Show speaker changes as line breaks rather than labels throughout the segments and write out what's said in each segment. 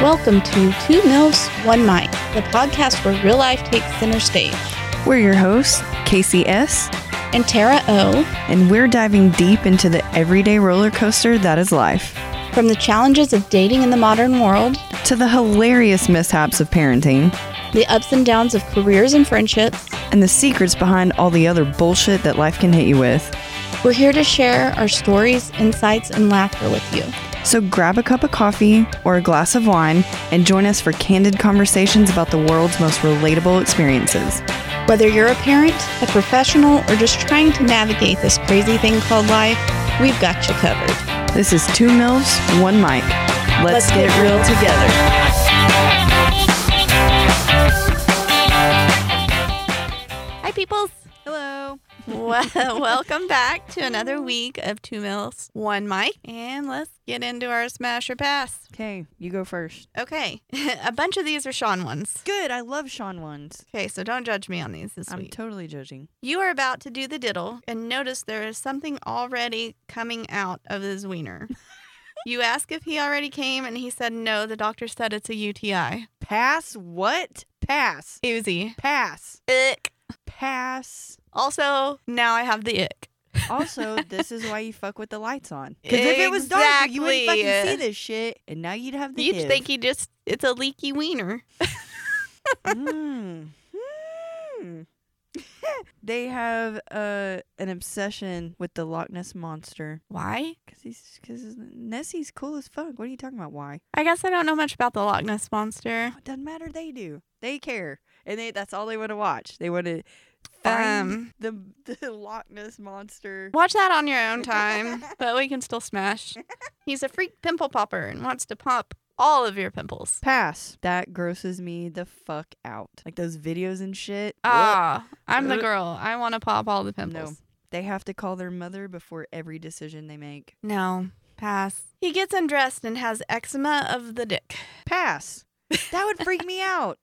Welcome to Two Mills, One Mind, the podcast where real life takes center stage.
We're your hosts, Casey S.,
And Tara O,
and we're diving deep into the everyday roller coaster that is life,
from the challenges of dating in the modern world,
to the hilarious mishaps of parenting,
the ups and downs of careers and friendships,
and the secrets behind all the other bullshit that life can hit you with.
we're here to share our stories, insights, and laughter with you.
So grab a cup of coffee or a glass of wine and join us for candid conversations about the world's most relatable experiences.
Whether you're a parent, a professional, or just trying to navigate this crazy thing called life, we've got you covered.
This is Two Mills, One Mic. Let's, get, real.
together. Hi, peoples.
Hello.
well, welcome back to another week of Two Mills, One Mic, and let's get into our smash or pass.
Okay, you go first.
Okay, a bunch of these are Sean ones.
Good. I love Sean ones.
Okay, so don't judge me on these this week.
totally judging.
you are about to do the diddle, and notice there is something already coming out of his wiener. you ask if he already came, and he said no. The doctor said it's a UTI.
Pass what? Pass.
Oozy.
Pass.
Ick.
Pass.
Also, now I have the ick.
Also, this is why you fuck with the lights on. Because if it was dark, you wouldn't
Exactly.
fucking see this shit, and now you'd have the.
You'd
iv.
think he just, it's a leaky wiener.
Mm. Hmm. they have uh, an obsession with the Loch Ness monster
Why?
because he's because Nessie's cool as fuck. What are you talking about? Why?
I guess I don't know much about the Loch Ness monster.
It doesn't matter. They do. They care, and they that's all they want to watch. They want to find
Um.
the the Loch Ness monster.
Watch that on your own time, but we can still smash. He's a freak pimple popper and wants to pop all of your pimples.
Pass. That grosses me the fuck out. Like those videos and shit. Ugh.
Ah, I'm the
Ugh.
girl. I want to pop all the
no.
pimples.
They have to call their mother before every decision they make.
No. Pass. He gets undressed and has eczema of the dick.
Pass. That would freak me out.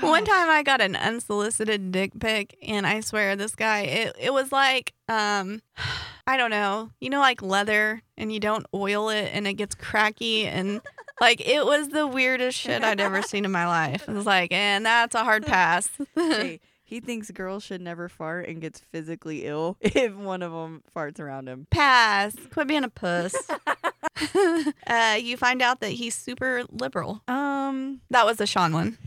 One
Gosh.
time I got an unsolicited dick pic and I swear this guy it, it was like um I don't know, you know like leather and you don't oil it and it gets cracky and like it was the weirdest shit I'd ever seen in my life. It was like, and that's a hard pass.
Hey, he thinks girls should never fart and gets physically ill if one of them farts around him.
pass. Quit being a puss. uh, you find out that he's super liberal.
Um,
That was a Sean one.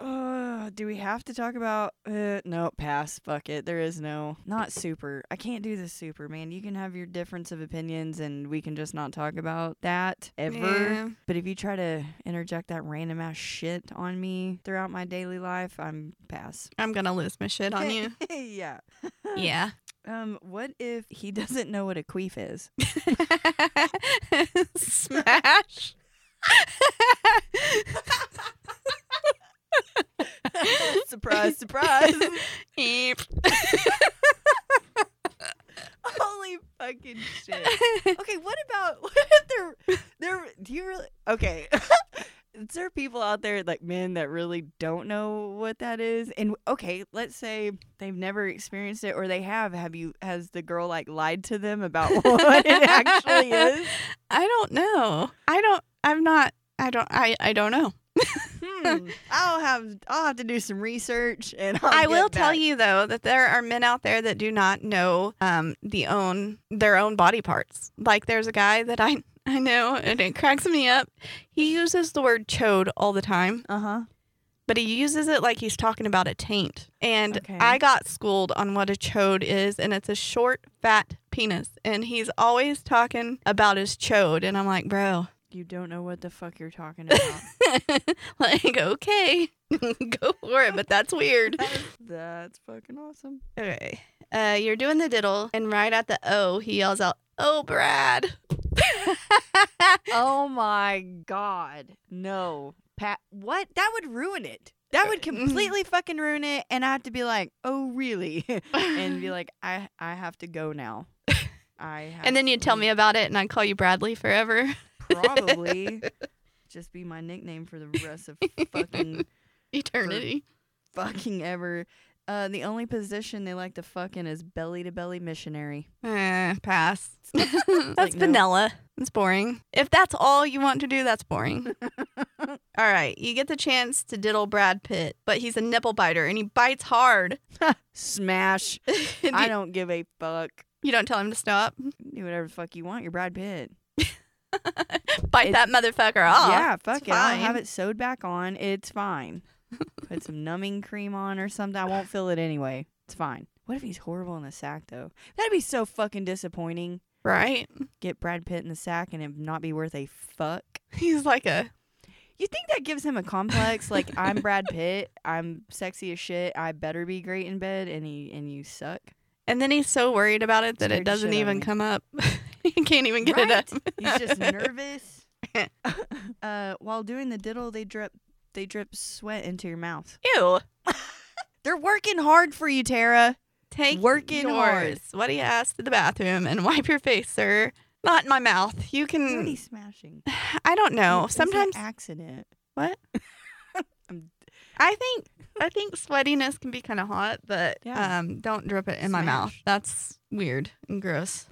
uh, do we have to talk about? Uh, no, pass. Fuck it. There is no. Not super. I can't do this super, man. You can have your difference of opinions, and we can just not talk about that ever.
Yeah.
But if you try to interject that random ass shit on me throughout my daily life, I'm pass.
I'm gonna lose my shit on you.
yeah.
Yeah.
Um, what if he doesn't know what a queef is?
Smash.
surprise, surprise.
Eep.
Holy fucking shit. Okay, what about what if there there do you really Okay. Is there people out there like men that really don't know what that is? And okay, let's say they've never experienced it or they have. Have you has the girl like lied to them about what it actually is?
I don't know. I don't. I'm not. I don't. I. I don't know.
Hmm. I'll have I'll have to do some research and I'll
i
get
will tell
back.
you though that there are men out there that do not know um the own their own body parts. Like there's a guy that I I know and it cracks me up. He uses the word chode all the time.
Uh-huh.
but he uses it like he's talking about a taint. And
Okay.
I got schooled on what a chode is, and it's a short, fat penis. And he's always talking about his chode, and I'm like, bro,
You don't know what the fuck you're talking about.
like, okay, go for it, but that's weird.
That's fucking awesome.
Okay, uh, you're doing the diddle, and right at the O, he yells out, "Oh, Brad!"
Oh my god. No. Pat what? That would ruin it. That would completely fucking ruin it and I have to be like, "Oh, really?" and be like, "I I have to go now." I have
and then you tell me about it, and I call you Bradley forever.
probably just be my nickname for the rest of fucking
Eternity.
fucking ever. Uh, the only position they like to fucking is belly to belly missionary.
Eh, pass. That's
Like, no.
vanilla. It's boring. If that's all you want to do, that's boring. all right, you get the chance to diddle Brad Pitt, but he's a nipple biter and he bites hard.
Smash.
Do you,
I don't give a fuck.
you don't tell him to stop.
Do whatever the fuck you want. You're Brad Pitt.
Bite that motherfucker off.
yeah, fuck it. I'll
Ah, fine.
have it sewed back on. It's fine. Put some numbing cream on or something. I won't feel it anyway. It's fine. What if he's horrible in the sack though? That'd be so fucking disappointing.
Right?
Get Brad Pitt in the sack and it not be worth a fuck.
He's like a
You think that gives him a complex? like I'm Brad Pitt. I'm sexy as shit. I better be great in bed, and he and you suck.
and then he's so worried about it that
Scared
it
the
doesn't
shit out of
even
me.
come up. he can't even get it
Right?
up.
He's just nervous. uh, while doing the diddle, they drip they drip sweat into your mouth.
Ew.
They're working hard for you, Tara.
Take
Working
yours.
hard.
What do you ask to the bathroom and wipe your face, sir? Not in my mouth. You
What are you
can.
smashing?
I don't know.
It's an
Hmm. Sometimes
accident.
What?
I'm-
I think I think sweatiness can be kind of hot, but
Yeah.
um, don't drip it in my mouth.
Smash.
That's weird and gross.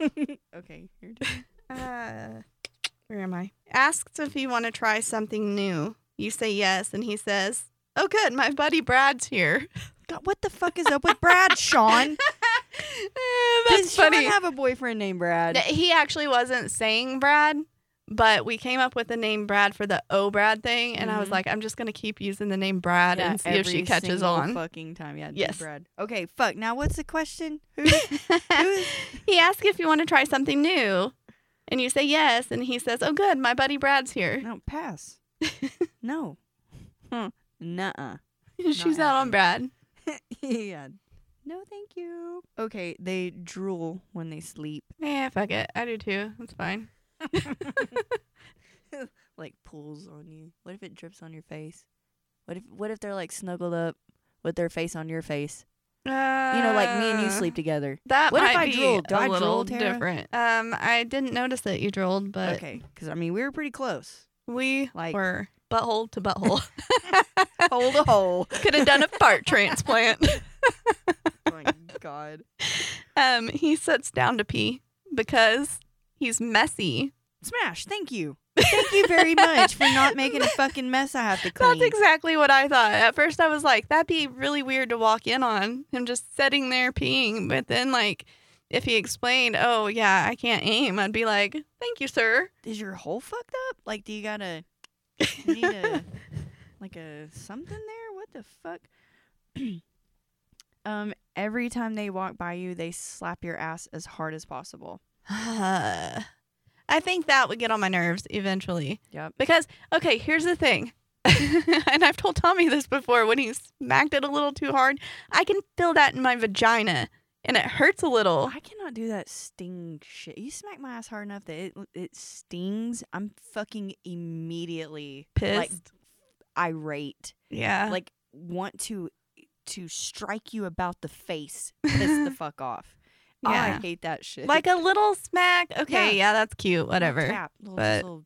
okay, you're done.
Uh, where am I? Asks if you want to try something new. You say yes, and he says, "Oh, good, my buddy Brad's here."
God, what the fuck is up with Brad, Sean?
Eh,
Does
That's funny.
Sean have a boyfriend named Brad?
Th- he actually wasn't saying Brad, but we came up with the name Brad for the O Brad thing, and I was
Mhm.
like, I'm just gonna keep using the name Brad
Yeah,
and see if she
every
catches
single
on.
Fucking time, yeah. do
Yes.
Brad. Okay, fuck. Now what's the question? Who? who
he asks if you want to try something new, and you say yes, and he says, "Oh, good, my buddy Brad's here."
no, pass. no. Huh. Hmm. Nuh-uh.
She's out on
happening.
Brad.
yeah. No, thank you. Okay, they drool when they sleep,
Yeah, Eh, fuck it, I do too. That's fine.
like pools on you. What if it drips on your face? What if what if they're like snuggled up with their face on your face? You know, like me and you
Uh,
sleep together.
That
What if
might
I
be
drooled? Do
a
I
little
drool, Tara?
different. Um, I didn't notice that you drooled, but
Okay, because I mean we were pretty close.
we
Like-
were butthole to butthole.
Hole to hole.
Could have done a fart transplant.
oh my god.
Um, he sits down to pee because he's messy.
Smash. Thank you. Thank you very much for not making a fucking mess I have to clean.
That's exactly what I thought. At first, I was like, that'd be really weird to walk in on him just sitting there peeing. But then, like, if he explained, oh, yeah, I can't aim, I'd be like, thank you, sir.
Is your hole fucked up? Like, do you gotta you need a like a something there? What the fuck? um, every time they walk by you, they slap your ass as hard as possible.
I think that would get on my nerves eventually.
Yep.
Because, okay, here's the thing. and I've told Tommy this before when he smacked it a little too hard. I can feel that in my vagina and it hurts a little.
I cannot do that sting shit. You smack my ass hard enough that it it stings. I'm fucking immediately
Pissed. Uh.
like irate.
yeah.
like want to to strike you about the face. Piss the fuck off.
Yeah.
oh, I hate that shit.
like a little smack. Okay, yeah, that's cute.
Little
Whatever.
tap, little-
but-
little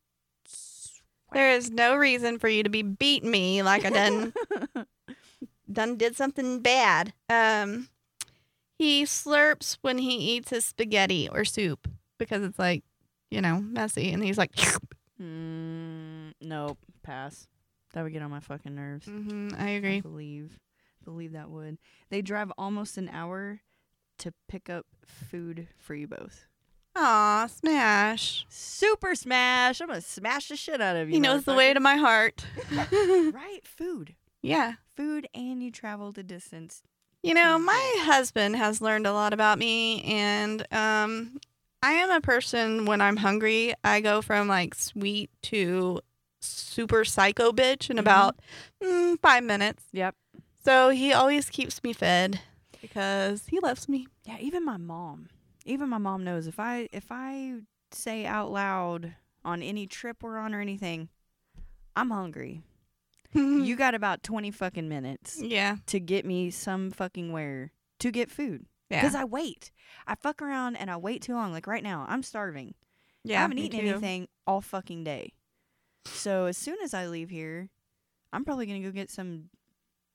s-
There is no reason for you to be beating me like I done done did something bad. Um, he slurps when he eats his spaghetti or soup because it's like, you know, messy, and he's like,
Mm, nope. Pass. That would get on my fucking nerves.
Mhm, I
I
agree.
believe. Believe that would. They drive almost an hour to pick up food for you both.
Aw, smash.
Super smash. I'm gonna smash the shit out of you.
He knows the way to my heart.
motherfucker. Right? Food.
yeah.
Food and you traveled a distance.
You know, my husband has learned a lot about me, and um, I am a person when I'm hungry, I go from like sweet to super psycho bitch in
Mhm.
about mm, five minutes.
Yep.
So he always keeps me fed because he loves me.
Yeah, even my mom. Even my mom knows if I if I say out loud on any trip we're on or anything, I'm hungry. you got about 20 fucking minutes
Mm. yeah,
to get me some fucking where to get food
yeah,
because I wait. I fuck around and I wait too long. Like right now, I'm starving.
yeah.
I haven't
me
eaten
too.
anything all fucking day. So as soon as I leave here, I'm probably gonna go get some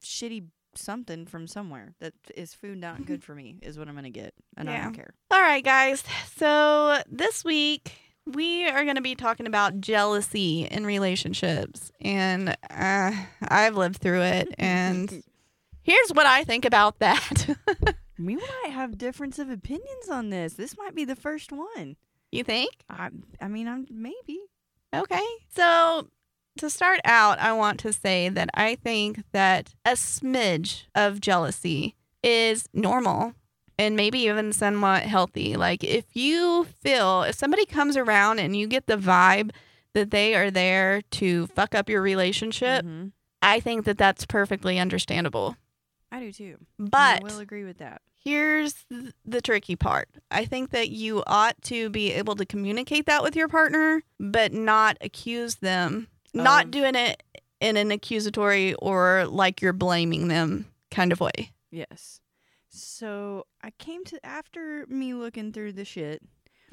shitty something from somewhere that is food not good for me is what I'm gonna get, and I
Yeah.
don't care.
All right, guys. So this week we are going to be talking about jealousy in relationships, and uh, I've lived through it. And here's what I think about that.
we might have difference of opinions on this. This might be the first one.
you think?
I, I mean, I'm maybe.
Okay. So, to start out, I want to say that I think that a smidge of jealousy is normal and maybe even somewhat healthy. Like, if you feel, if somebody comes around and you get the vibe that they are there to fuck up your relationship,
Mhm.
I think that that's perfectly understandable.
I do too.
But
I will agree with that.
here's th- the tricky part. I think that you ought to be able to communicate that with your partner, but not accuse them, not
Of-
doing it in an accusatory or like you're blaming them kind of way.
Yes. So I came to after me looking through the shit.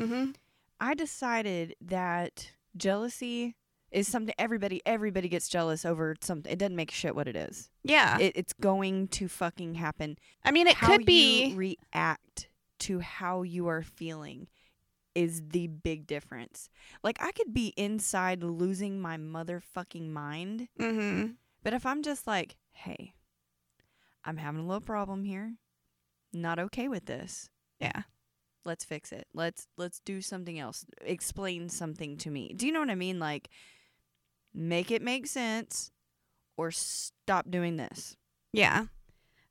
Mm-hmm.
I decided that jealousy is something everybody everybody gets jealous over something. It doesn't make a shit what it is.
Yeah.
It, it's going to fucking happen.
I mean, it
how
could
you
be.
react to how you are feeling is the big difference. Like I could be inside losing my motherfucking mind,
mm-hmm.
but if I'm just like, "Hey, I'm having a little problem here. Not okay with this."
Yeah.
let's fix it let's let's do something else explain something to me do you know what i mean like make it make sense or stop doing this
Yeah.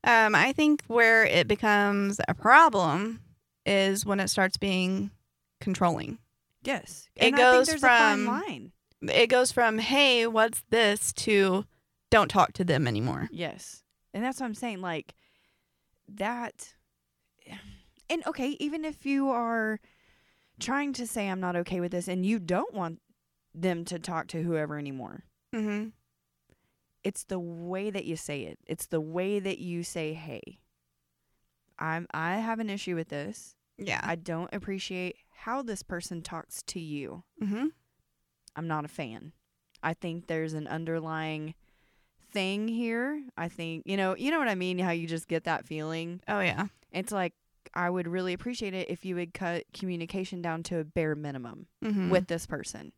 Um, I think where it becomes a problem is when it starts being controlling.
yes
It
and
goes
I think there's
from-
a fine line
It goes from, hey, what's this to don't talk to them anymore.
yes and that's what i'm saying like that and okay even if you are trying to say i'm not okay with this and you don't want them to talk to whoever anymore
Mm-hmm.
it's the way that you say it. It's the way that you say, "Hey, I'm I have an issue with this.
Yeah.
I don't appreciate how this person talks to you.
Mm-hmm.
I'm not a fan. I think there's an underlying thing here. I think, you know, you know what I mean, how you just get that feeling.
Oh yeah.
It's like I would really appreciate it if you would cut communication down to a bare minimum
Mm-hmm.
with this person.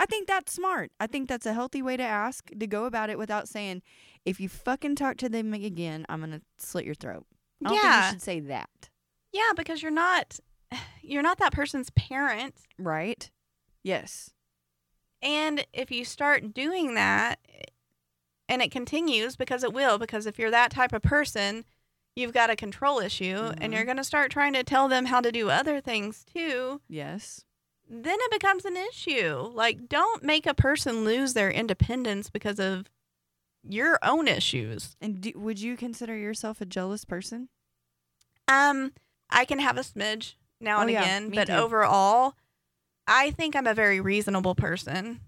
I think that's smart. I think that's a healthy way to ask to go about it without saying, if you fucking talk to them again, I'm gonna slit your throat. I don't think
Yeah.
you should say that.
yeah, because you're not you're not that person's parent.
Right? Yes.
And if you start doing that and it continues because it will because if you're that type of person, you've got a control issue and
Mhm.
you're going to start trying to tell them how to do other things too,
Yes.
then it becomes an issue. Like don't make a person lose their independence because of your own issues.
And do, would you consider yourself a jealous person?
Um, I can have a smidge now
Oh,
and
yeah,
again,
me
but
too.
overall, I think I'm a very reasonable person.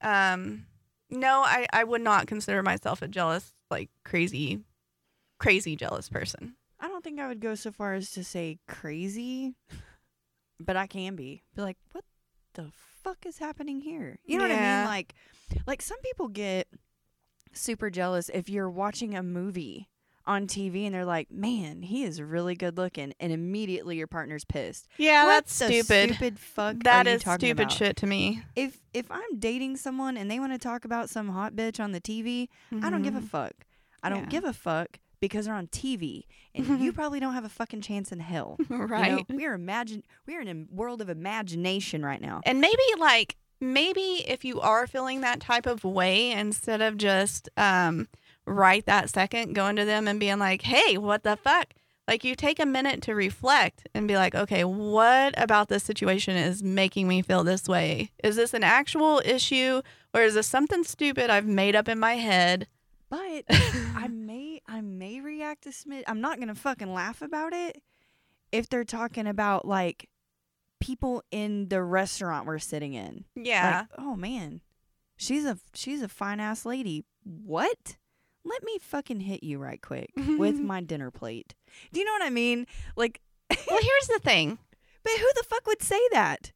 Um, no, I, I would not consider myself a jealous, like crazy, crazy jealous person.
I don't think I would go so far as to say crazy, but I can be. Be like, what the fuck is happening here? You know what I
Yeah.
mean? Like, like some people get super jealous if you're watching a movie on TV and they're like, man, he is really good looking, and immediately your partner's pissed.
Yeah,
What
that's
the
stupid.
Stupid fuck.
That
are you
is
talking
stupid
about?
shit to me.
If if I'm dating someone and they want to talk about some hot bitch on the TV, I don't give a
Mhm.
fuck. I don't
Yeah.
give a fuck because they're on TV and you probably don't have a fucking chance in hell. you know?
Mm-hmm. right.
We're imagine we're in a world of imagination right now.
And maybe like maybe if you are feeling that type of way, instead of just um, right that second going to them and being like, "Hey, what the fuck." Like you take a minute to reflect and be like, okay, what about this situation is making me feel this way? Is this an actual issue or is this something stupid I've made up in my head?
But I may I may react a smidge. I'm not gonna fucking laugh about it if they're talking about like people in the restaurant we're sitting in.
yeah.
Like, oh man, she's a she's a fine ass lady. What? Let me fucking hit you right quick with my dinner plate. Do you know what I mean? Like,
well, here's the thing.
but who the fuck would say that?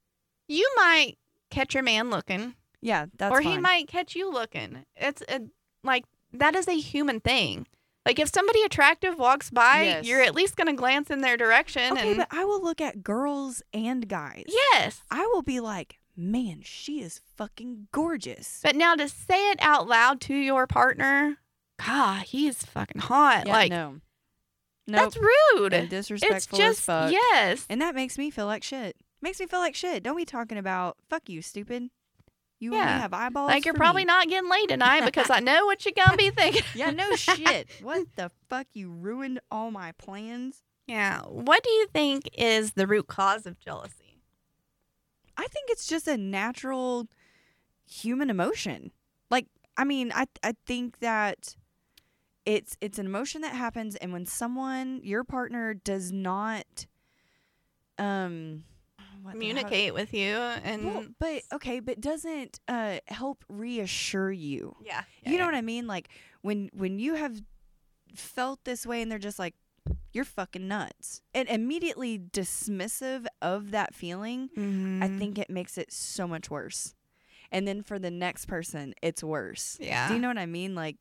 You might catch your man looking
Yeah, that's
or he
fine.
might catch you looking. It's a, like that is a human thing. Like if somebody attractive walks by,
Yes.
you're at least gonna glance in their direction.
Okay,
and
but I will look at girls and guys.
yes,
I will be like, man, she is fucking gorgeous.
But now to say it out loud to your partner, God, he's fucking hot.
Yeah,
like
no, no,
that's rude. It's
disrespectful
just
as fuck.
yes.
and that makes me feel like shit. Makes me feel like shit. Don't be talking about fuck you, stupid. You
Yeah.
only have eyeballs.
Like you're
for
probably
me.
not getting laid tonight because I know what you're gonna be thinking.
Yeah, no shit. What the fuck? You ruined all my plans.
Yeah. What do you think is the root cause of jealousy?
I think it's just a natural human emotion. Like, I mean, I I think that it's it's an emotion that happens and when someone, your partner does not um what the hell-
Communicate with you and
Well, but okay, but doesn't uh help reassure you.
yeah,
you know what I mean? Like when when you have felt this way and they're just like you're fucking nuts and immediately dismissive of that feeling I
Mm-hmm.
think it makes it so much worse. And then for the next person, it's worse.
Yeah.
Do you know what I mean? Like,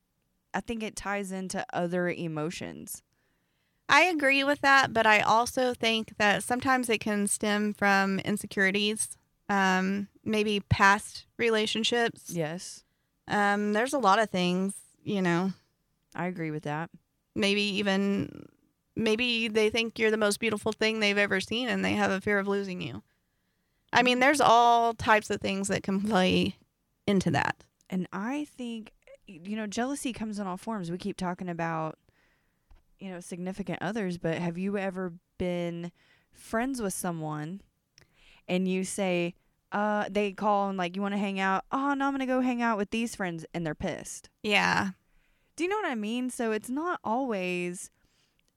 I think it ties into other emotions.
I agree with that, but I also think that sometimes it can stem from insecurities, um, maybe past relationships.
Yes,
Um, there's a lot of things, you know,
I agree with that.
maybe even maybe they think you're the most beautiful thing they've ever seen and they have a fear of losing you. I mean, there's all types of things that can play into that.
And I think, you know, jealousy comes in all forms. We keep talking about, you know, significant others, but have you ever been friends with someone and you say, uh, they call and like, you want to hang out? Oh, no, I'm going to go hang out with these friends, and they're pissed.
Yeah.
Do you know what I mean? So it's not always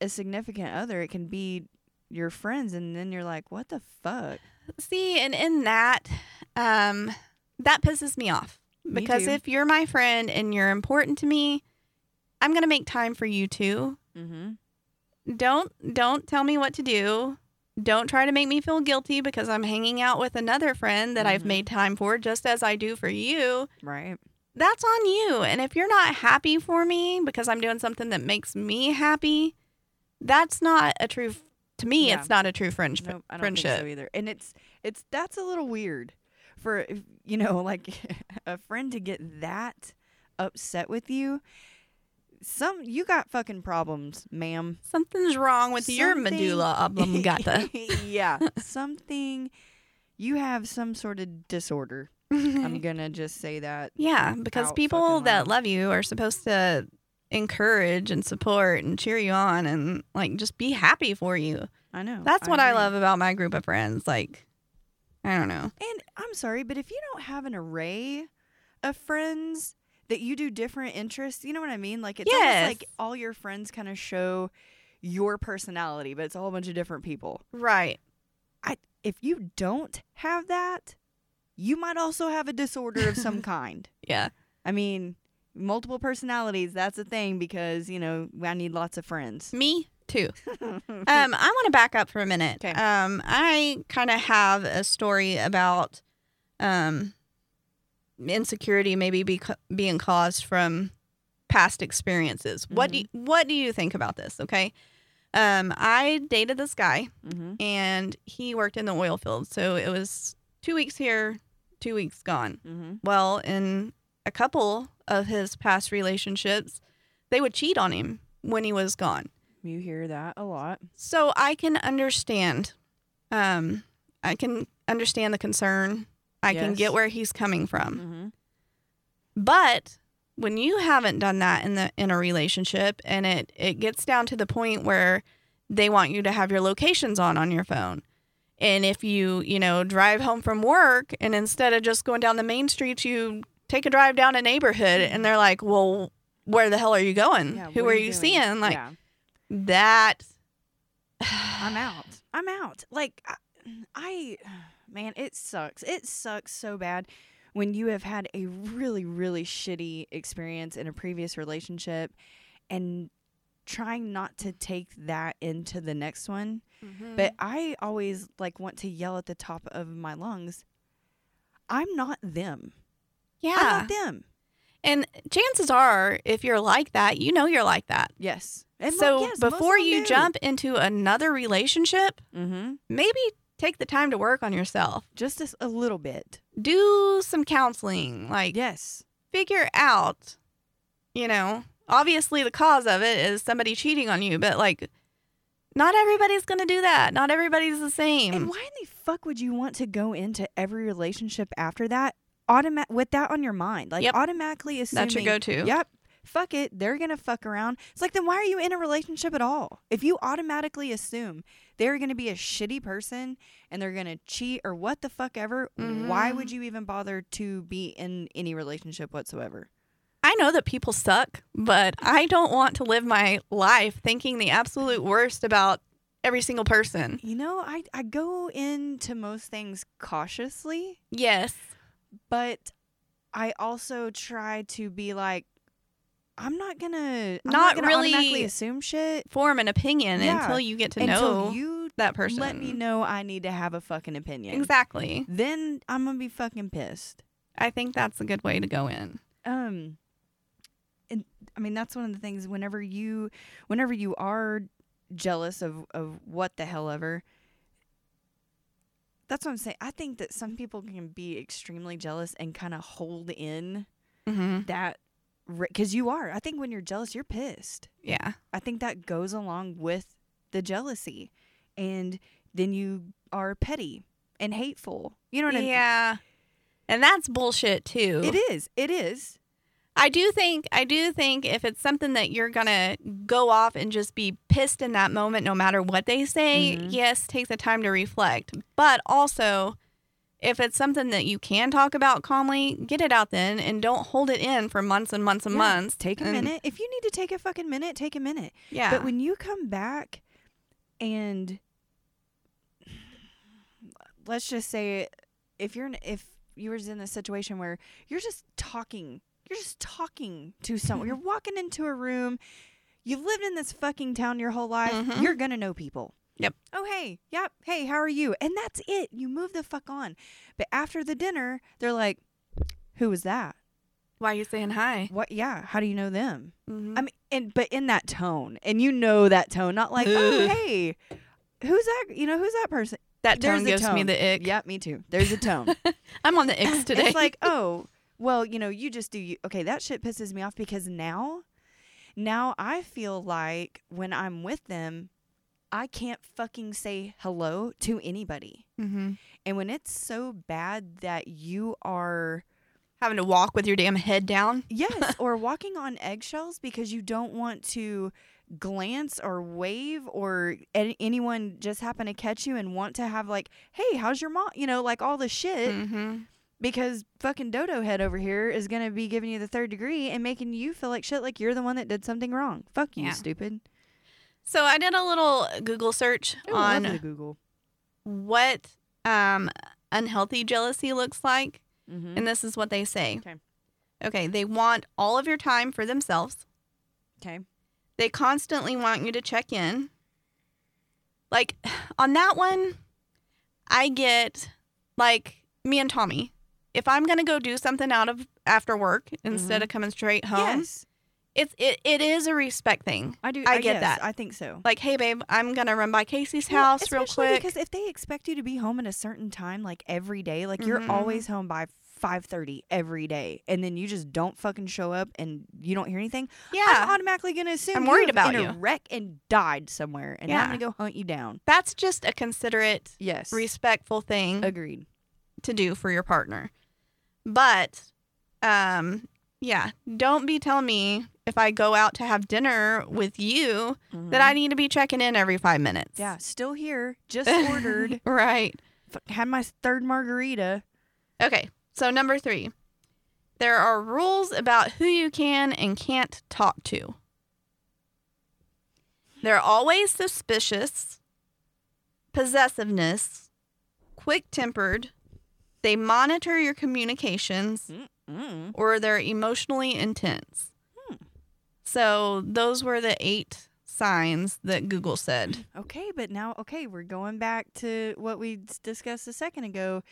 a significant other. It can be your friends, and then you're like, what the fuck?
See, and in that, um, that pisses me off
Me
because
too.
if you're my friend and you're important to me, I'm gonna make time for you too.
Mm-hmm.
Don't don't tell me what to do. Don't try to make me feel guilty because I'm hanging out with another friend that I've
Mhm.
made time for, just as I do for you.
Right.
That's on you. And if you're not happy for me because I'm doing something that makes me happy, that's not a true. To me,
Yeah.
it's not a true friendship.
Nope, I don't
friendship.
think so either. And it's it's that's a little weird for if- you know like a friend to get that upset with you. Some you got fucking problems, ma'am.
Something's wrong with your
Something-
medulla oblongata.
yeah, something. You have some sort of disorder. I'm gonna just say that.
yeah, because
out
people
fucking
that
loud.
love you are supposed to encourage and support and cheer you on and like just be happy for you.
Oh, I know.
That's what I,
agree.
love about my group of friends. Like, I don't know.
And I'm sorry, but if you don't have an array of friends that you do different interests, you know what I mean? Like it's
Yes.
almost like all your friends kind of show your personality, but it's a whole bunch of different people.
Right.
If you don't have that, you might also have a disorder of some kind.
Yeah.
I mean, multiple personalities, that's a thing because, you know, I need lots of friends. Uh,
Me too. Um, I want to back up for a minute.
'Kay.
Um, I kind of have a story about um, insecurity maybe be being caused from past experiences. What do you, what do you think about this? Okay, um, I dated this guy
mm-hmm.
and he worked in the oil field, so it was two weeks here, two weeks gone.
Mm-hmm.
Well, in a couple of his past relationships, they would cheat on him when he was gone.
You hear that a lot.
So I can understand. Um, I can understand the concern. I can
Yes.
get where he's coming from.
Mm-hmm.
But when you haven't done that in the in a relationship, and it it gets down to the point where they want you to have your locations on on your phone. And if you, you know, drive home from work and instead of just going down the main street, you take a drive down a neighborhood and they're like, well, where the hell are you going? Who are you, seeing? Like that.
I'm out. I'm out. Like I, I man, it sucks. It sucks so bad when you have had a really really shitty experience in a previous relationship and trying not to take that into the next one. But I always like want to yell at the top of my lungs. I'm not them. I'm
yeah.
not them.
And chances are, if you're like that, you know you're like that.
Yes.
so before you jump into another relationship,
mm-hmm.
maybe take the time to work on yourself.
Just a, s- a little bit.
Do some counseling. Like,
Yes.
figure out, you know, obviously the cause of it is somebody cheating on you, but like, not everybody's going to do that. Not everybody's the same.
And why in the fuck would you want to go into every relationship after that automa- with that on your mind? Like
Yep.
automatically assuming
That's your go to.
Yep. Fuck it. They're gonna fuck around. It's like then why are you in a relationship at all? If you automatically assume they're gonna be a shitty person and they're gonna cheat or what the fuck ever, why
Mhm.
would you even bother to be in any relationship whatsoever?
I know that people suck, but I don't want to live my life thinking the absolute worst about every single person.
You know, I I go into most things cautiously.
Yes.
but I also try to be like, I'm not gonna I'm
Not
not, gonna
really
automatically assume shit
Form an opinion
Yeah.
until you get to
until
know
you
that person.
let me know I need to have a fucking opinion.
Exactly.
Then I'm gonna be fucking pissed.
I think that's a good way to go in.
Um, and I mean that's one of the things. Whenever you, whenever you are jealous of of what the hell ever. That's what I'm saying. I think that some people can be extremely jealous and kind of hold in
Mm-hmm.
that because you are. I think when you're jealous, you're pissed.
Yeah.
I think that goes along with the jealousy, and then you are petty and hateful. You know what
Yeah. And that's bullshit too.
I mean? It is. It is.
I do think I do think if it's something that you're gonna go off and just be pissed in that moment, no matter what they say,
Mhm.
yes, take the time to reflect. But also, if it's something that you can talk about calmly, get it out then, and don't hold it in for months and months and
Yeah,
months.
Take a
And-
minute. If you need to take a fucking minute, take a minute.
Yeah,
But when you come back and let's just say if you're in, if you were in a situation where you're just talking, you're just talking to someone, you're walking into a room, you've lived in this fucking town your whole life,
Mhm.
you're going to know people.
Yep.
Oh, hey. Yep. Hey, how are you? And that's it. You move the fuck on. But after the dinner, they're like, who was that?
why are you saying hi?
What? Yeah. How do you know them?
Mhm.
I mean, and but in that tone, and you know that tone, not like, oh
Ugh.
hey, who's that? You know who's that person?
that
there's
tone
a
gives me
tone.
the ick.
Yeah, me too. There's a tone.
I'm on the icks today.
It's like, oh, well, you know, you just do. You. Okay, that shit pisses me off because now, now I feel like when I'm with them, I can't fucking say hello to anybody.
mm-hmm.
And when it's so bad that you are
having to walk with your damn head down.
Yes, or walking on eggshells because you don't want to glance or wave or a- anyone just happen to catch you and want to have like, "Hey, how's your mom?" you know, like all the shit
Mm-hmm.
because fucking dodo head over here is going to be giving you the third degree and making you feel like shit like you're the one that did something wrong. Fuck you,
Yeah.
stupid.
So I did a little Google search
Ooh,
on
lovely Google.
what um, unhealthy jealousy looks like.
Mm-hmm.
And this is what they say.
Okay.
Okay. They want all of your time for themselves.
Okay.
They constantly want you to check in. Like on that one, I get like me and Tommy. If I'm gonna go do something out of after work
Mm-hmm.
instead of coming straight home,
Yes.
it's it, it is a respect thing.
I do
I get
yes,
that.
I think so.
Like, hey babe, I'm gonna run by Casey's
Well,
house real
especially
quick.
Because if they expect you to be home at a certain time, like every day, like you're
Mhm.
always home by five thirty every day, and then you just don't fucking show up and you don't hear anything, I'm
yeah.
automatically gonna assume
I'm
you
worried
have
about
been
you.
a wreck and died somewhere, and now I'm
Yeah.
gonna go hunt you down.
That's just a considerate
Yes,
respectful thing
agreed.
to do for your partner. But um yeah, don't be telling me if I go out to have dinner with you that I need to be checking in every 5 minutes.
Mm-hmm. yeah, still here, just ordered,
right.
F- had my third margarita.
Okay. So number 3. There are rules about who you can and can't talk to. They're always suspicious, possessiveness, quick-tempered. They monitor your communications.
Mm.
or they're emotionally intense.
Hmm.
So those were the eight signs that Google said.
Okay, but now, okay, we're going back to what we s- discussed a second ago.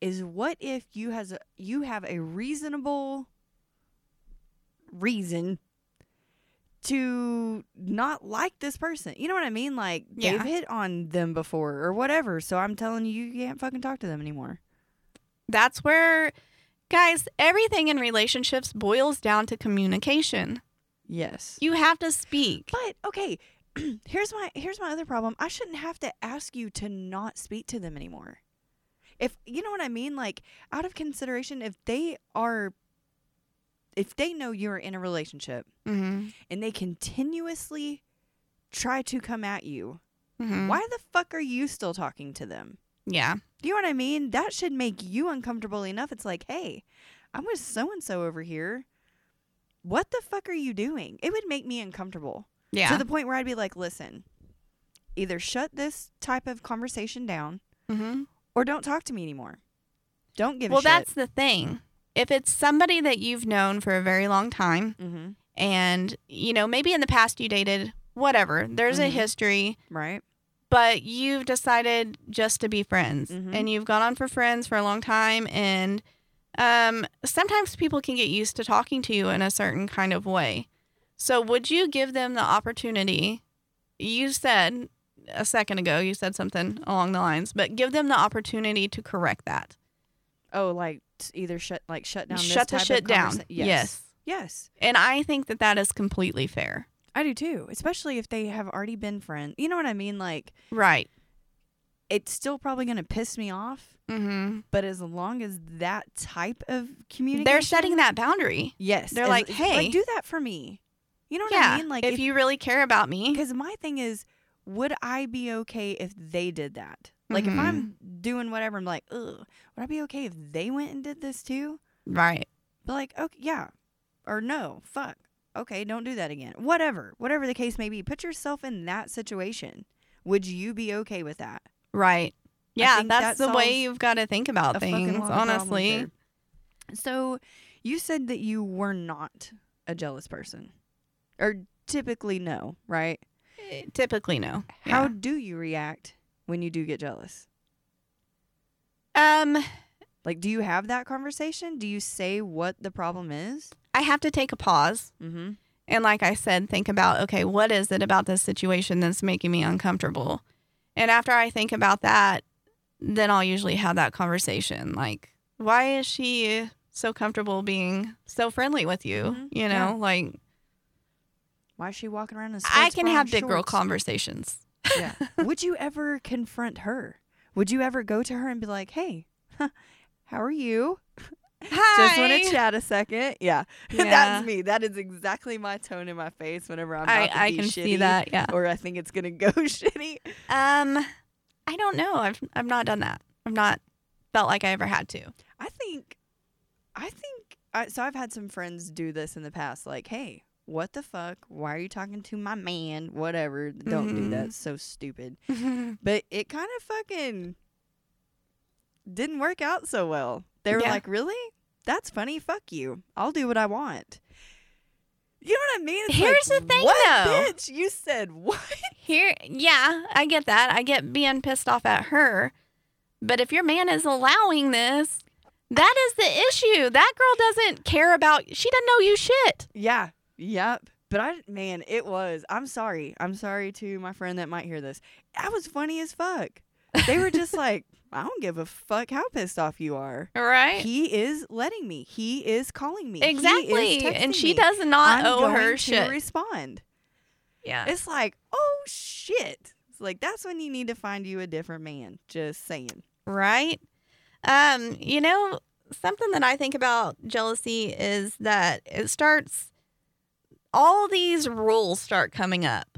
Is what if you has a, you have a reasonable reason to not like this person. You know what I mean? Like
Yeah.
they've hit on them before or whatever. So I'm telling you, you can't fucking talk to them anymore.
That's where, guys, everything in relationships boils down to communication.
Yes.
You have to speak.
But okay, here's my here's my other problem. I shouldn't have to ask you to not speak to them anymore. If you know what I mean, like out of consideration, if they are, if they know you're in a relationship
Mm-hmm.
and they continuously try to come at you,
Mm-hmm.
why the fuck are you still talking to them?
Yeah.
Do you know what I mean? That should make you uncomfortable enough. It's like, hey, I'm with so and so over here. What the fuck are you doing? It would make me uncomfortable
Yeah.
to the point where I'd be like, listen, either shut this type of conversation down
mm-hmm.
or don't talk to me anymore. Don't give
well,
a
that's the thing. If it's somebody that you've known for a very long time,
shit. Mm-hmm.
and you know maybe in the past you dated, whatever. There's a
Mhm.
history,
Right?
but you've decided just to be friends,
Mhm.
and you've gone on for friends for a long time, and um, sometimes people can get used to talking to you in a certain kind of way. So, would you give them the opportunity? You said a second ago, you said something along the lines, but give them the opportunity to correct that.
Oh, like t- either shut like shut down.
Shut the
this type
shit
of
down.
conversa- Yes.
yes.
Yes.
And I think that that is completely fair.
I do too. Especially if they have already been friends. You know what I mean? Like
Right.
it's still probably gonna piss me off,
Mm-hmm.
but as long as that type of communication
They're setting that boundary.
Yes.
They're
as-
like,
it's
"Hey."
do that for me. You know what
yeah.
I mean? Like
if, you really care about me.
Because my thing is, would I be okay if they did that? Like
Mm-hmm.
if I'm doing whatever, I'm like, ugh, would I be okay if they went and did this too?
Right.
But like, okay, yeah, or no, fuck, okay, don't do that again. Whatever, whatever the case may be, put yourself in that situation. Would you be okay with that?
Right. Yeah.
think
That's
that
the way
solves
you've got to think about
A fucking
things,
lot of problems
honestly.
there. So, you said that you were not a jealous person, or typically no, right?
Eh, Typically, no.
How do you react when you do get jealous?
Yeah. Um,
Like, do you have that conversation? Do you say what the problem is?
I have to take a pause.
Mm-hmm.
And like I said, think about, okay, what is it about this situation that's making me uncomfortable? And after I think about that, then I'll usually have that conversation. Like, why is she so comfortable being so friendly with you?
Mhm.
You know,
Yeah.
like
Why is she walking around in
I
skirts,
can
bra, and
have big girl
shorts?
conversations.
yeah. Would you ever confront her? Would you ever go to her and be like, "Hey, huh, how are you?
Hi.
Just want to chat a second? Yeah,
Yeah.
that's me. That is exactly my tone in my face whenever I'm.
I,
about to
I
be
can see
shitty
that. Yeah.
Or I think it's gonna go shitty.
Um, I don't know. I've I've not done that. I've not felt like I ever had to.
I think, I think. I, so I've had some friends do this in the past. Like, hey, what the fuck? Why are you talking to my man? Whatever. Don't do
Mhm.
that. It's so stupid. But it kind of fucking didn't work out so well. They were
Yeah.
like, really? That's funny. Fuck you. I'll do what I want. You know what I mean? It's like,
Here's the thing,
what,
though."
bitch? You said what?
Here, yeah, I get that. I get being pissed off at her. But if your man is allowing this, that is the issue. That girl doesn't care about, she doesn't know you shit.
Yeah. Yep. But I, man, it was. I'm sorry. I'm sorry to my friend that might hear this. I was funny as fuck. They were just like, I don't give a fuck how pissed off you are.
Right?
He is letting me. He is calling me. He is
exactly.
texting
And she
me.
does not
I'm
owe
going
her
to
shit.
respond.
yeah.
It's like, oh shit. It's like that's when you need to find you a different man. Just saying.
right? Um, you know, something that I think about jealousy is that it starts all these rules start coming up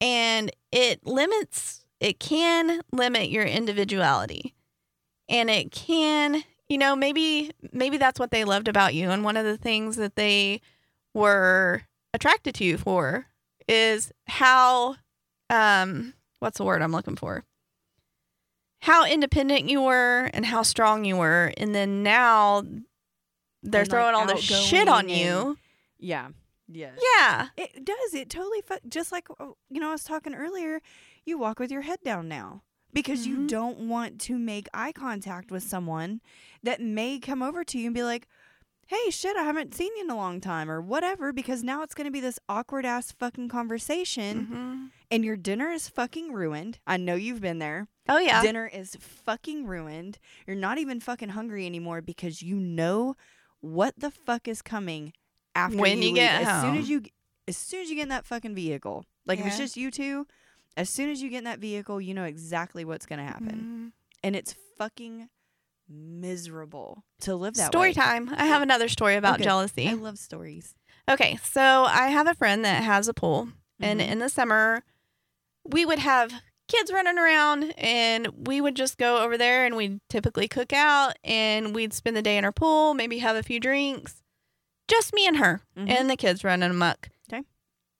and it limits it can limit your individuality. And it can, you know, maybe maybe that's what they loved about you and one of the things that they were attracted to you for is how um what's the word I'm looking for? how independent you were and how strong you were and then now they're
And, like,
throwing all this shit on
outgoing
you
Yeah. Yes.
yeah
It does. It totally fuck. Just like oh, you know, I was talking earlier. You walk with your head down now because you
Mhm.
don't want to make eye contact with someone that may come over to you and be like, hey, shit, I haven't seen you in a long time or whatever, because now it's going to be this awkward ass fucking
Mhm.
conversation and your dinner is fucking ruined. I know you've been there.
Oh yeah.
Dinner is fucking ruined. You're not even fucking hungry anymore because you know what the fuck is coming after
When you
leave.
get
as soon
home.
as you as soon as you get in that fucking vehicle. Like if it's
Yeah.
just you two, as soon as you get in that vehicle, you know exactly what's going to
Mhm.
happen. And it's fucking miserable to live that
Story
way.
time. I have another story about
Okay.
jealousy.
I love stories.
Okay, so I have a friend that has a pool, and
Mhm.
in the summer, we would have kids running around, and we would just go over there and we'd typically cook out and we'd spend the day in her pool, maybe have a few drinks. Just me and her
Mhm.
and the kids running amok.
Okay.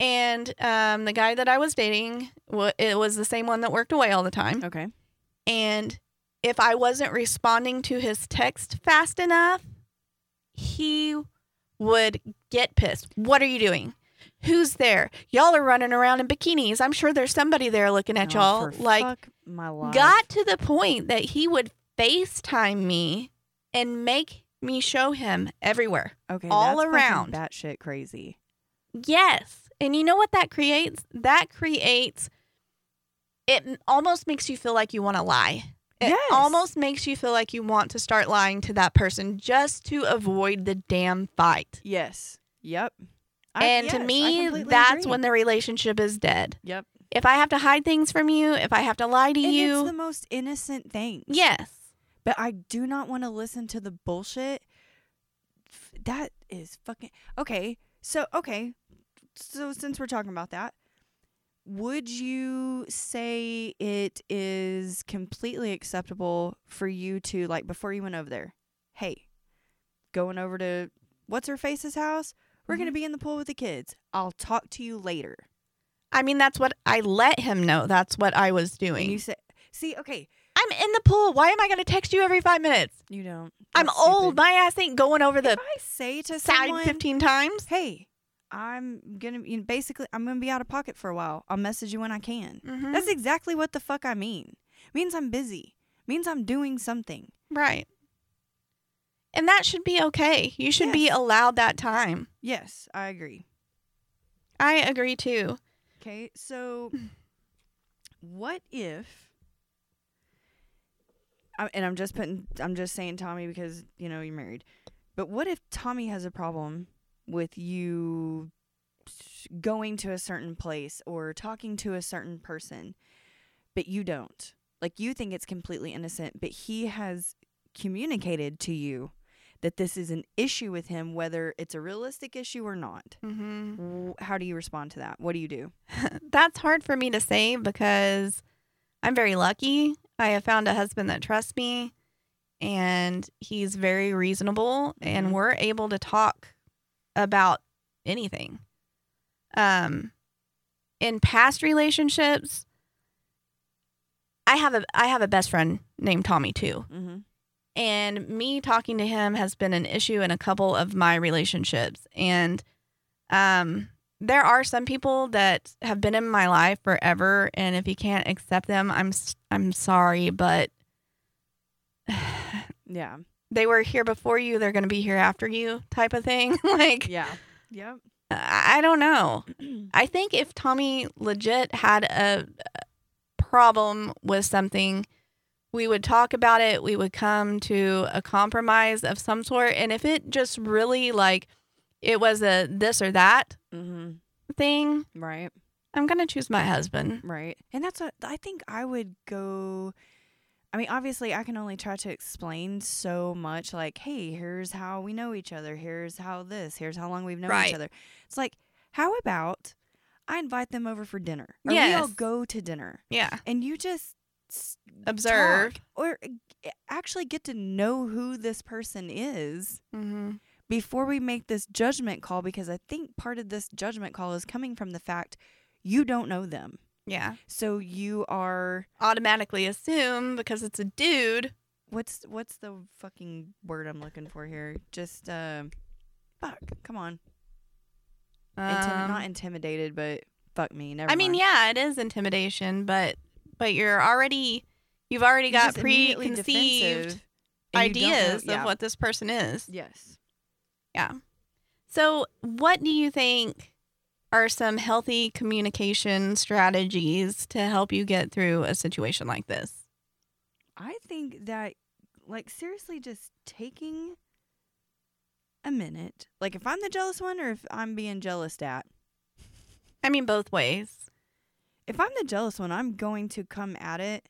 And um, the guy that I was dating, wa- it was the same one that worked away all the time.
okay.
And if I wasn't responding to his text fast enough, he would get pissed. What are you doing? Who's there? Y'all are running around in bikinis. I'm sure there's somebody there looking at
Oh,
y'all.
for
Like,
fuck my life.
got to the point that he would FaceTime me and make me show him everywhere.
okay,
all
that's fucking
around.
batshit crazy.
Yes. And you know what that creates? That creates it m- almost makes you feel like you want to lie. It
Yes.
almost makes you feel like you want to start lying to that person just to avoid the damn fight.
Yes. Yep.
and to me, that's when the relationship is dead.
Yep.
If I have to hide things from you, if I have to lie to
And
you,
it's the most innocent thing.
yes.
But I do not want to listen to the bullshit. F- That is fucking okay. So okay. So since we're talking about that, would you say it is completely acceptable for you to like before you went over there? Hey, going over to what's her face's house? We're
Mm-hmm.
gonna be in the pool with the kids. I'll talk to you later.
I mean, that's what I let him know. That's what I was
And you
doing.
say, see, okay,
I'm in the pool. Why am I going to text you every five minutes?
you don't.
I'm
That's
old.
stupid.
My ass ain't going over the
If I say to
side
someone,
15 times.
hey, I'm gonna you know, basically I'm gonna be out of pocket for a while. I'll message you when I can.
Mm-hmm.
That's exactly what the fuck I mean. Means I'm busy. Means I'm doing something.
right. And that should be okay. You should be
Yes.
allowed that time.
Yes, I agree.
I agree too.
Okay, so what if? I- And I'm just putting, I'm just saying Tommy because you know you're married. But what if Tommy has a problem with you s- going to a certain place or talking to a certain person, but you don't? Like you think it's completely innocent, but he has communicated to you that this is an issue with him, whether it's a realistic issue or not.
Mm-hmm.
W- How do you respond to that? What do you do?
Uh, That's hard for me to say because I'm very lucky. I have found a husband that trusts me and he's very reasonable
Mhm.
and we're able to talk about anything. Um in past relationships I have a I have a best friend named Tommy too.
Mm-hmm.
and me talking to him has been an issue in a couple of my relationships and um there are some people that have been in my life forever and if you can't accept them i'm s- i'm sorry but
Yeah.
they were here before you they're going to be here after you type of thing like
Yeah. Yep.
i I don't know i think if tommy legit had a a problem with something we would talk about it we would come to a compromise of some sort and if it just really like it was a this or that
mm-hmm.
thing
Right.
i'm gonna choose my husband
Right. And that's what I think I would go. I mean, obviously, I can only try to explain so much. Like, hey, here's how we know each other. Here's how this. Here's how long we've known
Right.
each other. It's like, how about I invite them over for dinner? Or we all
Yes.
go to dinner,
yeah
and you just s-
observe
talk or uh, g- actually get to know who this person is
mm-hmm.
before we make this judgment call because I think part of this judgment call is coming from the fact you don't know them.
yeah
So you are
automatically assume because it's a dude
what's what's the fucking word I'm looking for here? Just um fuck, come on. Intim-
um,
not intimidated, but fuck me. Never.
i mean
mind.
yeah it is intimidation but but you're already you've already
You're
got
just immediately
preconceived
defensive and you don't know-
ideas
yeah.
of what this person is
Yes.
So, what do you think are some healthy communication strategies to help you get through a situation like this?
I think that, like, seriously, just taking a minute, like, if I'm the jealous one or if I'm being jealous at,
I mean, both ways.
if I'm the jealous one, I'm going to come at it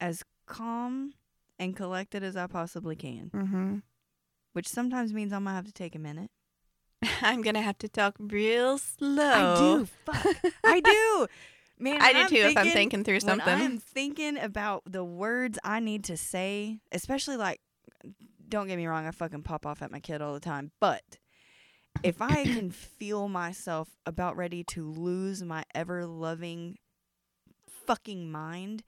as calm and collected as I possibly can,
Mm-hmm.
which sometimes means I'm gonna have to take a minute.
I'm going to have to talk real slow.
I do, fuck, I do, man.
Oh. I
when
do
I'm
too if I'm thinking through
when
something.
I'm thinking about the words I need to say, especially like, don't get me wrong, I fucking pop off at my kid all the time, but if I can feel myself about ready to lose my ever loving fucking mind,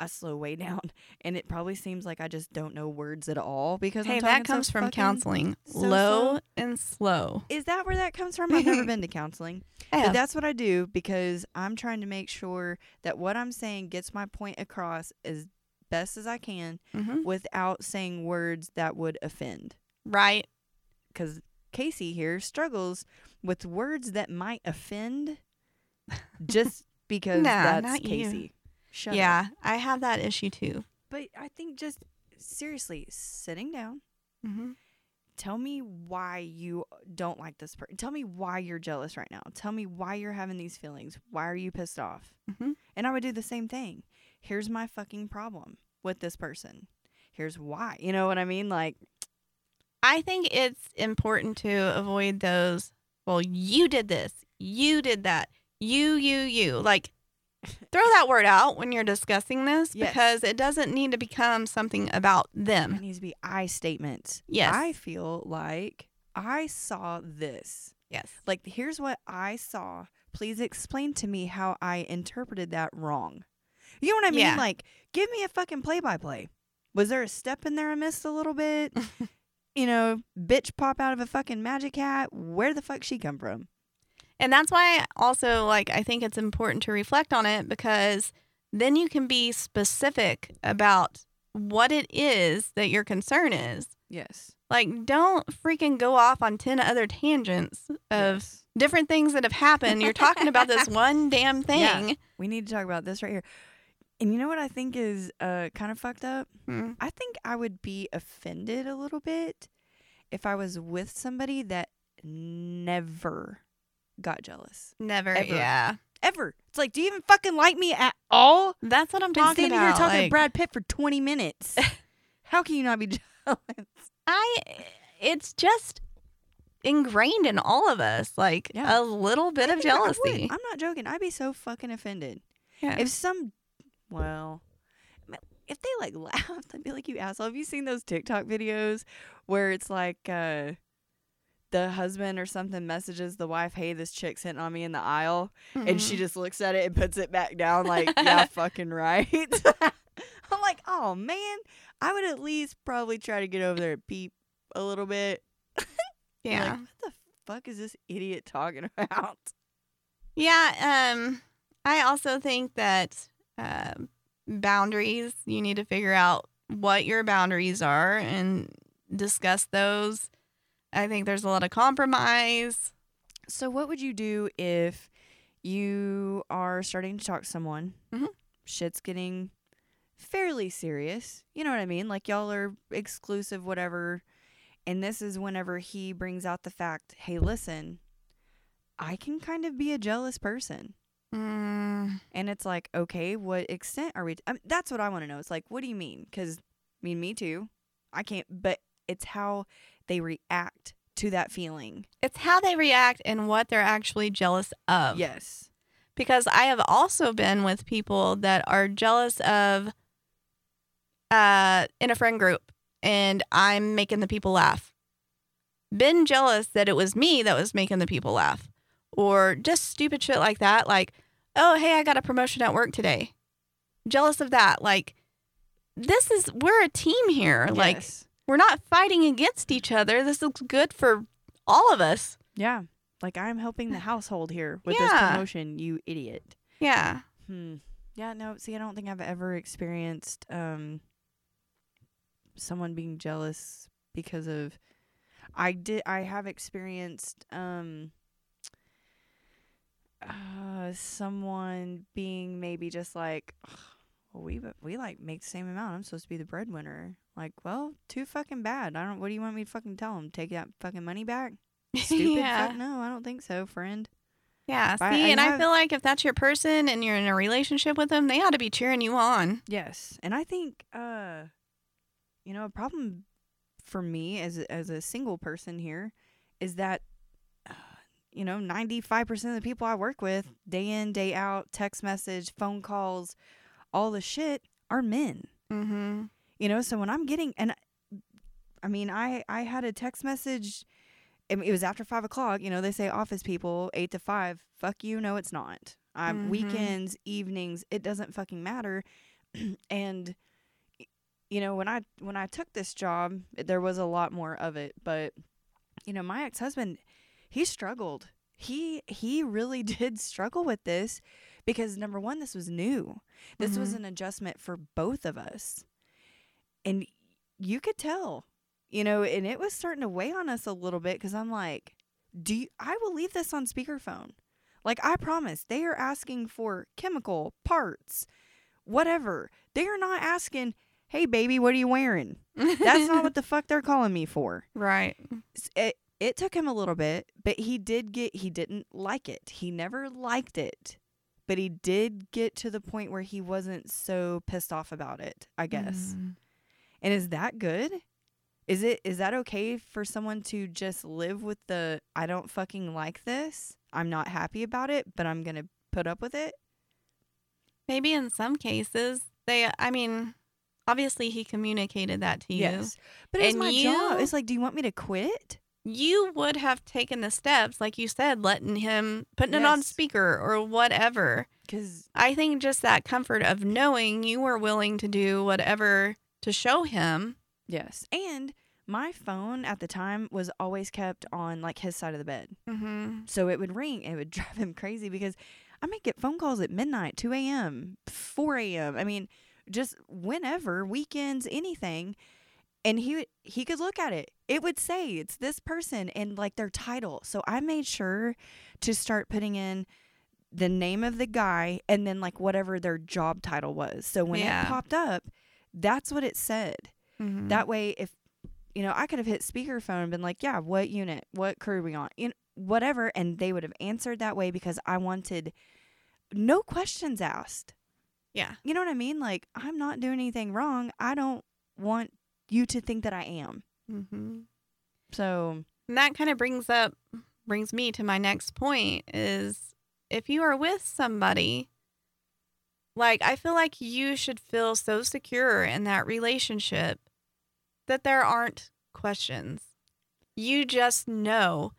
I slow way down, and it probably seems like I just don't know words at all because
hey,
I'm
that
talking so
comes from
fucking-
counseling.
so
Low
slow.
and slow.
Is that where that comes from? I've never been to counseling. But that's what I do because I'm trying to make sure that what I'm saying gets my point across as best as I can
hmm
without saying words that would offend.
Right.
Because Casey here struggles with words that might offend just because
Nah,
that's
not you.
Casey. Shut up.
yeah. I have that issue too.
But I think just seriously sitting down,
Mm-hmm.
tell me why you don't like this person. Tell me why you're jealous right now. Tell me why you're having these feelings. Why are you pissed off?
Mhm.
And I would do the same thing. Here's my fucking problem with this person. Here's why. You know what I mean? Like,
I think it's important to avoid those. Well, you did this. You did that. You, you, you. Like, throw that word out when you're discussing this
Yes. Mm-hmm.
because it doesn't need to become something about
it
them.
needs to be I statements.
Um. Yes.
I feel like I saw this.
Yes.
Like, here's what I saw. Please explain to me how I interpreted that wrong. You know what I mean?
Yeah.
Like, give me a fucking play by play. Was there a step in there I missed a little bit? you know, bitch pop out of a fucking magic hat. Where the fuck she come from?
And that's why also like I think it's important to reflect on it because then you can be specific about what it is that your concern is.
Yes.
Like don't freaking go off on 10 other tangents of different things that have happened. You're talking about this one damn
Yeah.
thing.
We need to talk about this right here. And you know what I think is uh, kind of fucked up?
Hmm.
I think I would be offended a little bit if I was with somebody that never got jealous.
Never.
Ever.
Yeah.
Ever. It's like, do you even fucking like me at all?
That's what I'm
Been
talking
standing
about.
here talking to
like,
Brad Pitt for 20 minutes. How can you not be jealous?
I it's just ingrained in all of us like
Yeah.
a little bit of
I would.
jealousy.
I'm not joking. I'd be so fucking offended.
Yeah.
If some, well, if they like laughed, I'd be like, you asshole. Have you seen those TikTok videos where it's like uh, the husband or something messages the wife, hey, this chick's hitting on me in the aisle?
Mm-hmm.
And she just looks at it and puts it back down, like, yeah, fucking right. I'm like, oh man, I would at least probably try to get over there and peep a little bit. Like,
yeah.
what the fuck is this idiot talking about?
Yeah. Um, I also think that um boundaries, you need to figure out what your boundaries are and discuss those. I think there's a lot of compromise.
So, what would you do if you are starting to talk to someone?
Mhm.
Shit's getting fairly serious. You know what I mean? Like, y'all are exclusive, whatever. And this is whenever he brings out the fact hey, listen, I can kind of be a jealous person.
Mm,
And it's like, okay, what extent are we? I mean, that's what I want to know. It's like, what do you mean? Because, I mean, me too. I can't, but it's how they react to that feeling.
it's how they react and what they're actually jealous of.
Yes.
Because I have also been with people that are jealous of uh, in a friend group and I'm making the people laugh. Been jealous that it was me that was making the people laugh or just stupid shit like that. Like, oh, hey, I got a promotion at work today. Jealous of that. Like, this is, we're a team here. Like,
Yes.
we're not fighting against each other. This looks good for all of us.
Yeah. Like I'm helping the household here with this
Yeah.
promotion, you idiot.
Yeah.
Hmm. Yeah, no, see I don't think I've ever experienced um someone being jealous because of I did. I have experienced um, uh, someone being maybe just like, "Ugh, well, we bu- we like make the same amount. I'm supposed to be the breadwinner. Like, well, too fucking bad. I don't. What do you want me to fucking tell him? Take that fucking money back? Stupid.
yeah.
Fuck no, I don't think so, friend.
Yeah. See,
But I
and I
have-
feel like if that's your person and you're in a relationship with them, they ought to be cheering you on.
Yes, and I think uh, you know, a problem for me as a- as a single person here is that uh, you know ninety five percent of the people I work with, day in day out, text message, phone calls, all the shit are men.
Mm-hmm.
You know, so when I'm getting and I mean, I I had a text message. I mean, It was after five o'clock. You know, they say office people eight to five. Fuck you. No, it's not. Um,
Mhm.
Weekends, evenings, it doesn't fucking matter. and y- you know, when I when I took this job, there was a lot more of it. But you know, my ex husband, he struggled. He he really did struggle with this because number one, this was new. This was
Mhm.
an adjustment for both of us, and you could tell, you know, and it was starting to weigh on us a little bit because I'm like, do you, I will leave this on speakerphone. Like I promise, they are asking for chemical parts, whatever. They are not asking, "Hey baby, what are you wearing?" That's not what the fuck they're calling me for
right.
s- it, it took him a little bit, but he did get he didn't like it. He never liked it. But he did get to the point where he wasn't so pissed off about it, I guess.
Mm.
And is that good? Is it is that okay for someone to just live with the I don't fucking like this. I'm not happy about it, but I'm going to put up with it?
Maybe in some cases they. I mean, obviously he communicated that to you.
But it's
And
my
you-
job. It's like, do you want me to quit?
You would have taken the steps, like you said, letting him putting it on
Yes.
speaker or whatever.
Cuz
I think just that comfort of knowing you were willing to do whatever to show him.
yes. And my phone at the time was always kept on like his side of the bed.
Mm-hmm.
So it would ring. It would drive him crazy because I might get phone calls at midnight, 2 a.m., 4 a.m. I mean, just whenever, weekends, anything. And he would, he could look at it. It would say it's this person and like their title. So I made sure to start putting in the name of the guy and then like whatever their job title was. So when
Yeah.
it popped up, that's what it said.
Mm-hmm.
That way, if you know, I could have hit speakerphone and been like, "Yeah, what unit? What crew we on? You know, whatever," and they would have answered that way because I wanted no questions asked.
Yeah.
You know what I mean? Like, I'm not doing anything wrong. I don't want you to think that I am.
Mm-hmm.
So,
And that kind of brings up brings me to my next point is if you are with somebody like I feel like you should feel so secure in that relationship that there aren't questions. You just know.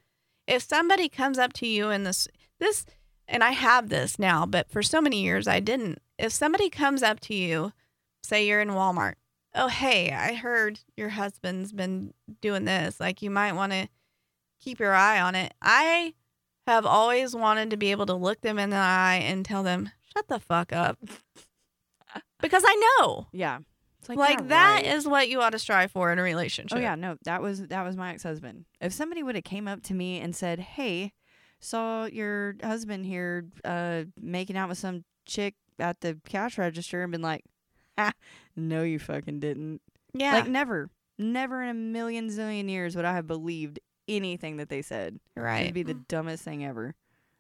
If somebody comes up to you in this this and I have this now, but for so many years I didn't. If somebody comes up to you, say you're in Walmart, oh hey, I heard your husband's been doing this, like you might want to keep your eye on it. I have always wanted to be able to look them in the eye and tell them, shut the fuck up. Because I know.
yeah, it's
Like, that is what you ought to strive for in a
Oh
relationship.
yeah, no, that was that was my ex-husband. If somebody would have came up to me and said, "Hey, saw your husband here uh making out with some chick at the cash register," and been like, ha, "No, you fucking didn't."
Yeah.
Like never, never in a million zillion years would I have believed anything that they said.
right.
It'd be the dumbest thing ever.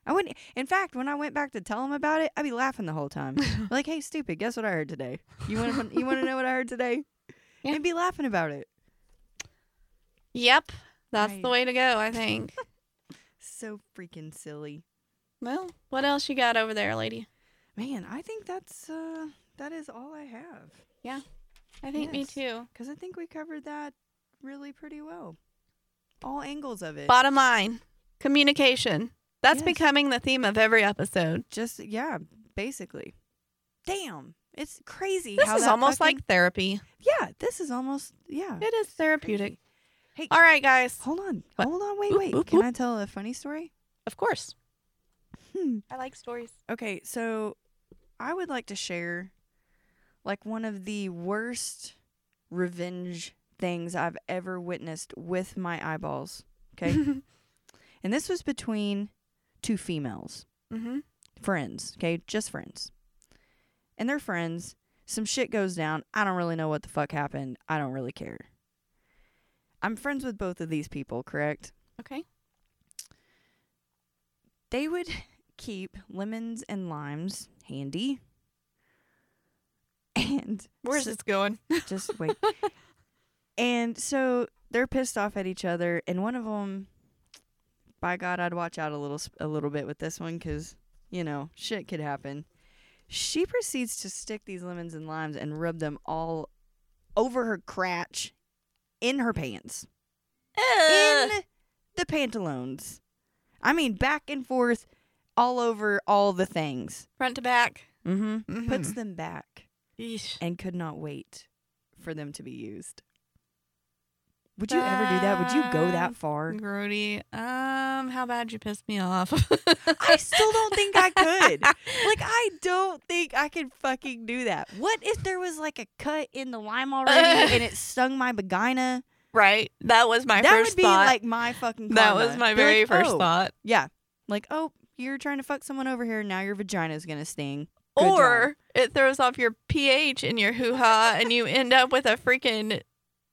I wouldn't. In fact, when I went back to tell him about it, I'd be laughing the whole time. like, "Hey, stupid! Guess what I heard today? You want to you want to know what I heard today?"
Yeah.
And be laughing about it.
yep. That's
Right.
the way to go, I think.
So freaking silly.
well, what else you got over there, lady?
Man, I think that's uh that is all I have
I think me
Yes.
too.
cuz I think we covered that really pretty well. All angles of it.
Bottom line communication. That's
Yes.
becoming the theme of every episode.
Just yeah, basically. Damn. It's crazy
This
how
is
that
almost
fucking-
like therapy.
Yeah, this is almost yeah.
It is therapeutic.
crazy. Hey,
All right, guys.
hold on.
What?
Hold on. Wait,
Oop,
wait.
oop,
Can
oop.
I tell a funny story?
Of course.
Hmm.
I like stories.
Okay, so I would like to share like one of the worst revenge things I've ever witnessed with my eyeballs. Okay. and this was between two females,
mm-hmm.
friends. Okay. Just friends. And they're friends. Some shit goes down. I don't really know what the fuck happened. I don't really care. I'm friends with both of these people, correct?
Okay.
they would keep lemons and limes handy. And
Where's
so-
this going?
just wait. and so they're pissed off at each other, and one of them, by God, I'd watch out a little s- a little bit with this one because you know shit could happen. She proceeds to stick these lemons and limes and rub them all over her crotch, in her pants in the pantaloons. I mean, back and forth, all over all the things.
Front to back.
Mm-hmm. Puts
Puts.
them back and could not wait for them to be used. Would you ever do that? Would you go that
Um,
far?
Grody. Um, how bad you pissed me off?
I still don't think I could. Like, I don't think I could fucking do that. What if there was like a cut in the lime already and it stung my vagina?
right. That was my
that
first
would be
thought.
like my fucking.
that
karma.
was my
Be like,
very first
"Oh,
thought.
Yeah. Like, oh, you're trying to fuck someone over here. Now your vagina's going to sting. Good job.
Or it throws off your pH in your hoo ha, and you end up with a freaking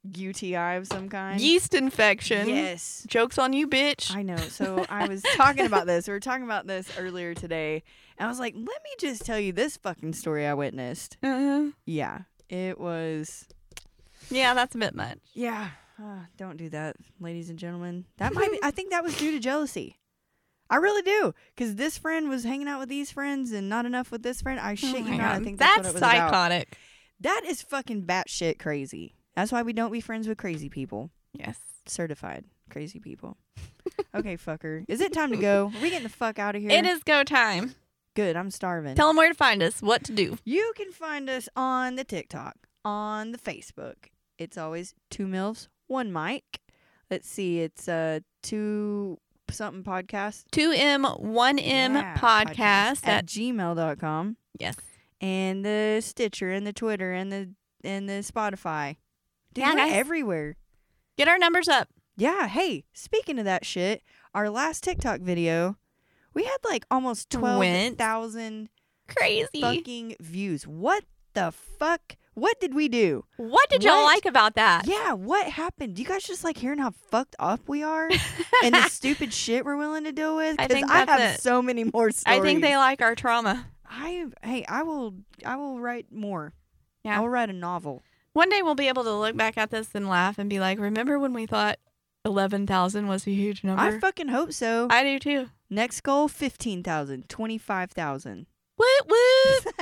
UTI of some kind.
yeast infection.
Yes.
Jokes on you, bitch.
I know. So I was talking about this. We were talking about this earlier today. And I was like, let me just tell you this fucking story I witnessed.
Uh-huh.
Yeah. It was.
Yeah, that's a bit much.
Yeah. Ah, don't do that, ladies and gentlemen. That might be. I think that was due to jealousy. I really do. Because this friend was hanging out with these friends and not enough with this friend. I shit
Oh
you
my
not. I
God.
think that's,
that's
what it was about.
psychotic.
That is fucking batshit crazy. That's why we don't be friends with crazy people.
Yes.
Certified crazy people. okay, fucker. Is it time to go? Are we getting the fuck out of here?
It is go time.
Good. I'm starving.
Tell them where to find us, what to do.
you can find us on the TikTok, on the Facebook. It's always two milfs, one mic. Let's see. It's uh two something podcast.
2M, 1M
Yeah,
podcast.
at
At,
gmail.com.
yes.
and the Stitcher and the Twitter and the and the Spotify. Dude,
Yeah,
we're
guys.
everywhere.
Get our numbers up.
Yeah, hey, speaking of that shit, our last TikTok video, we had like almost
Went
12,000
Crazy.
fucking views. What the fuck? What did we do?
What did y'all
What?
like about that?
Yeah, what happened? Do you guys just like hearing how fucked up we are and the stupid shit we're willing to deal with?
I
'Cause
think
I
that's
have
it.
so many more stories.
I think they like our trauma.
I hey, I will I will write more.
Yeah.
I will write a novel.
One day we'll be able to look back at this and laugh and be like, remember when we thought 11,000 was a huge number?
I fucking hope so.
I do too.
Next goal 15,000, 25,000.
Woot woot.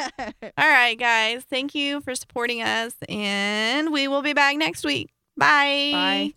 All right, guys. Thank you for supporting us, and we will be back next week. Bye.
Bye.